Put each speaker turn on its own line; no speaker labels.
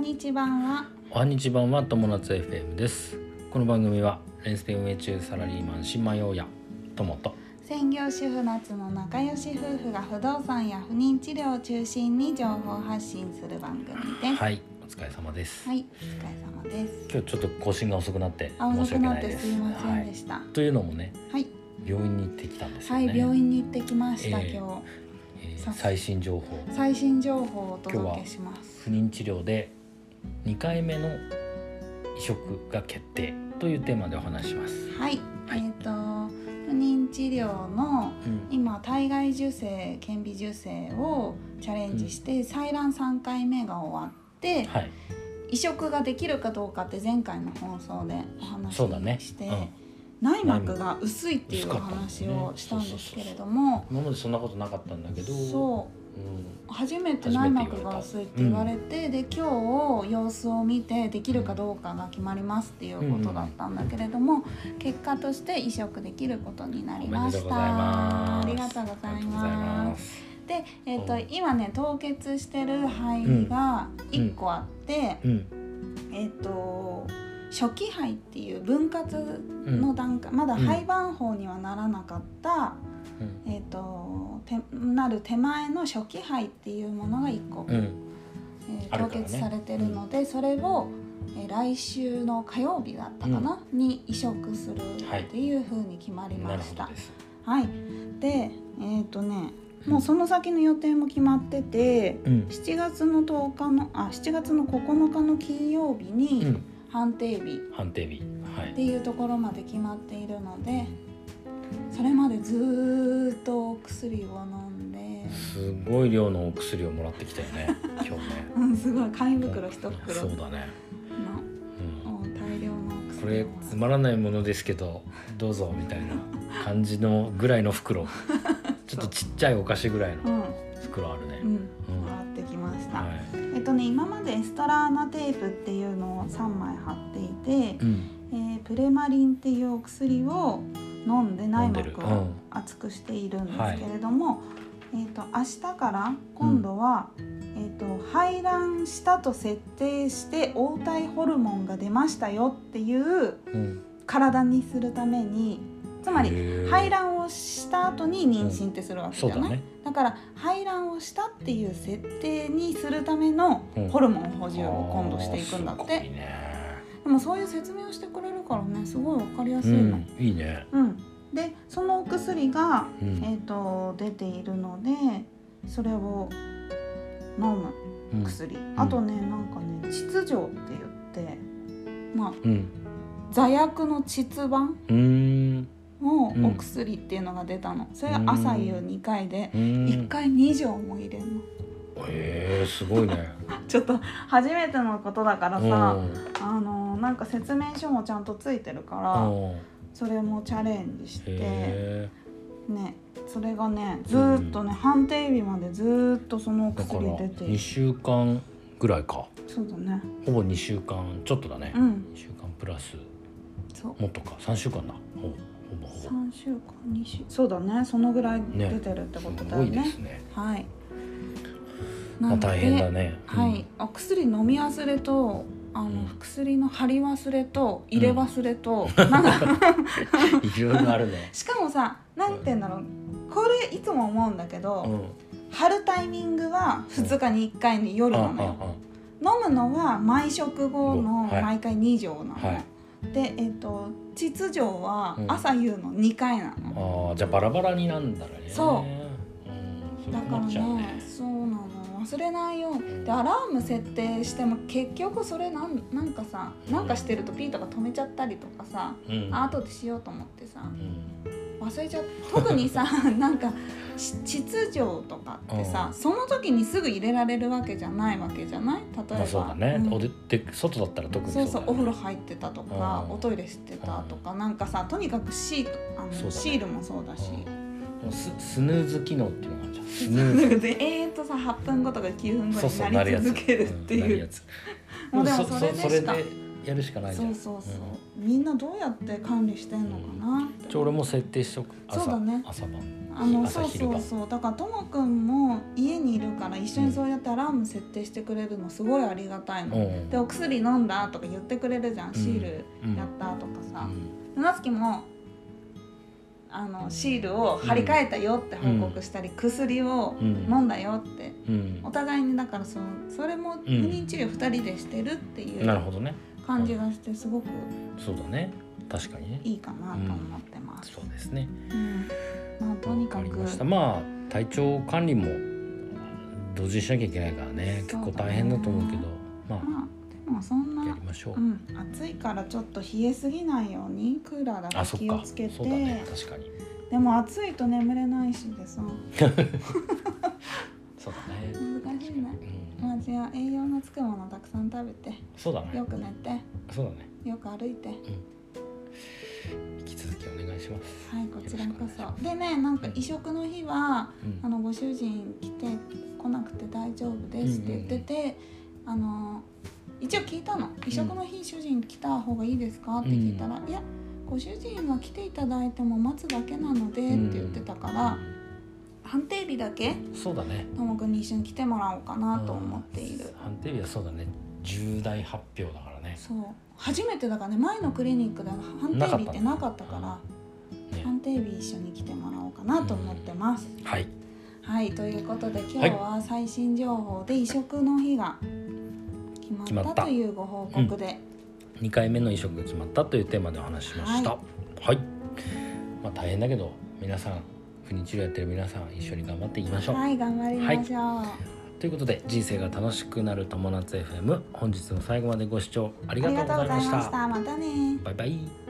日版は
おはにちばんは友達 FM ですこの番組はレンスペ運営中サラリーマン新米親友と
専業主婦夏の仲良し夫婦が不動産や不妊治療を中心に情報発信する番組です。
はいお疲れ様です、
はい、お疲れ様です。
今日ちょっと更新が遅くなって
あ、
申し
遅く
訳
な
な
っ
いで
て
す
すいません
は
で
い、
した。
というのもね
はい、
病院に行ってきたんですよ
は
ね、
い、病院に行ってきました、
ええ
今
えー最新情報
日。最新情報をお届けします。
不妊治療で2回目の移植が決定というテーマでお話しします、
はい、
はい
えっ、と不妊治療の
うん
今体外受精顕微授精をチャレンジして、採卵3回目が終わって、
はい
移植ができるかどうかって前回の放送でお話
そうだね
しして、
うん
内膜が薄いっていうお話を
薄かったんだよね
したんですけれども
今までそんなことなかったんだけど、
そう
ん、
う初めて内膜が薄いって言われてで今日様子を見てできるかどうかが決まりますっていうことだったんだけれども、結果として移植できることになり
おめ
ま
でとう
し
ございま
た。あ
す
りがとうござい
ありがとうござい
ます。
す
で、えっ
う
と
ん
今ね凍結してる肺が1個あって。
うん
えっと初期肺っていう分割
うん
の段階、まだ
うん
肺盤法にはならなかった、
うん
えっとてなる手前の初期肺っていうものが1個、
うん
えー
ある
凍
からね
結されてるので、それを、えー来週の火曜日だったかな、に移植するっていうふうに決まり
な
ま
る
し
ほ
た。
ど
はい
です
でえっ、とね
うん
もうその先の予定も決まってて
うん
7月の10日のあ7月の9日の金曜日に、
うん
判定日
判定日は
っ
い
ていうところまで決まっているのでそれまでずーっとお薬を飲んで、
すごい量のお薬をもらってきたよね今日ね
うん、すごい紙袋一袋
そ
の
うだね、うん、
もう大量のお
こ
薬
れ
を
つまらないものですけどどうぞみたいな感じのぐらいの袋ちょっとちっちゃいお菓子ぐらいの袋あるね
うん、うん
うん
もらってきました、
はい
えっとね今までエストラーナテープっていうのを3枚貼っていて、
うん
えープレマリンっていうお薬を飲んで内
飲んでる
膜
う
を
ん
厚くしているんですけれども、えー、と明日から今度は、えー、と排卵したと設定して黄体ホルモンが出ましたよっていう
うん
体にするためにつま
へ
り
ー
排卵をした後に妊娠ってするわけじ
そう
ゃな
だ
い、
ね
だから排卵をしたっていう設定にするためのホルモン補充を今度していくんだっ
あー
て
すごい。ね
でもそういう説明をしてくれるからねすごいわかりやす
う
いの。
んいいね
うん、でそのお薬が、
う
え
ん
ー、と出ているのでそれを飲む
うん
薬、あとねなんかね秩序って言って、まあ、
うん
座薬の膣盤
うーん
の
うん
お薬っていうのが出たのそれが朝夕2回で
うーん
1回2錠も入れるの
へえすごいね
ちょっと初めてのことだから
うん
さあのなんか説明書もちゃんとついてるから。
うんへ
それもチャレンジして
え
ねそれがねずーっとね、判定日までずーっとそのお
だから
薬出て
2週間ぐらいか
そうだね
ほぼ2週間ちょっとだね、
う
2
ん
週間プラス
そう
もっとか3週間だほぼほぼほぼ
3週間2週そうだねそのぐらい
ね
出てるってこと
す
だ
ご
よ
い
ね
ですね
はい
まあ大変だ
ね
ね、うん
はい、お薬飲み忘れとあの、
うん
薬の貼り忘れと入れ忘れと、 なんか
いろいろあるね
しかもさなんて言うんだろうこれいつも思うんだけど、
うんうん
貼るタイミングは2日に1回に夜
う
なのよ、
ん
飲むのは毎食後の
はい
毎回2錠なの、
はい
でえっ、と秩序は
うん
朝夕の2回なの、
ああじゃあバラバラになんだらね、
そう
ん、そう
だか
な
ら
っちゃうね
ねそうなの忘れないよう
う
に
ん
でアラーム設定しても結局それなんなんかさ
うん
なんかしてるとピーとか止めちゃったりとかさ
うん
あ後でしようと思ってさ
うん
忘れちゃった特 にさなんかし秩序とかってさ、
う
その時にすぐ入れられるわけじゃないわけじゃない例えば、
まあそうだね、
うん
おでで外だったら特に
そ
そうう
そう
だ
お
よね
風呂入ってたとか、
うん
おトイレしてたとか、なんかさとにかくシートあの、
そうだね
シールもそうだし、
うんもうススヌーズ機能っていうのがあるじ ゃんスヌー
なん
ズ
かで永遠とさ8分後とか9分後
そうそう
になり続けるって
なる
い
や
う
つ
もうでも
そ
それでしか
それでやるしかないじゃ
そ
ん
うそうそう、みんなどうやって管理してんのかなって、
んじゃあ俺も設定しとく朝
そうだね
朝晩
あの
朝
そう
昼
そう
晩
そうだからともくんも家にいるから一緒にそうやってアラーム設定してくれるのすごいありがたいの、
うん
でお薬飲んだとか言ってくれるじゃん、
ん
シール
うん
やったとか
う
さ、
ん
なつきもあのシールを貼り替えたよって報告したり、薬を
うん
飲んだよって
うん
お互いにだからそのそれも不妊治療2人でしてるってい
なる
う
ほどね
感じがしてすごく
そうだね確かにね
いいかなと思ってます。
そうですね
うんまあとに
わ
か
かり
く
ましたまあ体調管理も同時にしなきゃいけないからね結
そ
構
うだね
大変だと思うけどま
まあでもそん
あや
な
り、ましょう、
うん、暑いからちょっと冷えすぎないようにクーラーだ
あ
け
そっ
気を
か
つけて、
そうだね確かに
でも暑いと眠れないしでさ
そうだね
難しいね。
うん
まあじゃあ栄養のつくものたくさん食べて
そうだね
よく寝て。
そうだね
よく歩いては
引き続きお願いします、
いこちら
よ
こ
ろしくお願いしま
そでねなんか移植の日は
うん
あのご主人来て来なくて大丈夫ですって言ってて、あの一応聞いたの移植の日主人来た方がいいですかって聞いたら、いやご主人が来ていただいても待つだけなのでって言ってたから、判定日だけ
うんそうだね
ともくんに一緒に来てもらおうかなと思っている
うん、判定日はそうだね重大発表だからね
そう初めてだからね前のクリニックで判
な
定
かっ
日
た
ってなかったから
ね
判定日一緒に来てもらおうかなと思ってます。
はい
はいということで今日は最新情報で移植の日が決
決
ま
ま
っ
ったた
というご報告で、
2回目の移植が決まったというテーマでお話ししました
は
はい、まあ大変だけど皆さん不妊治療やってる皆さん一緒に頑張っていきましょう、
はい頑張りましょう、
ということで人生が楽しくなる友達 FM 本日も最後までご視聴あり
あ
が
り
と
が
うご
とうご
ざい
ざ
ま
い
した
ましたまたね
バイバイ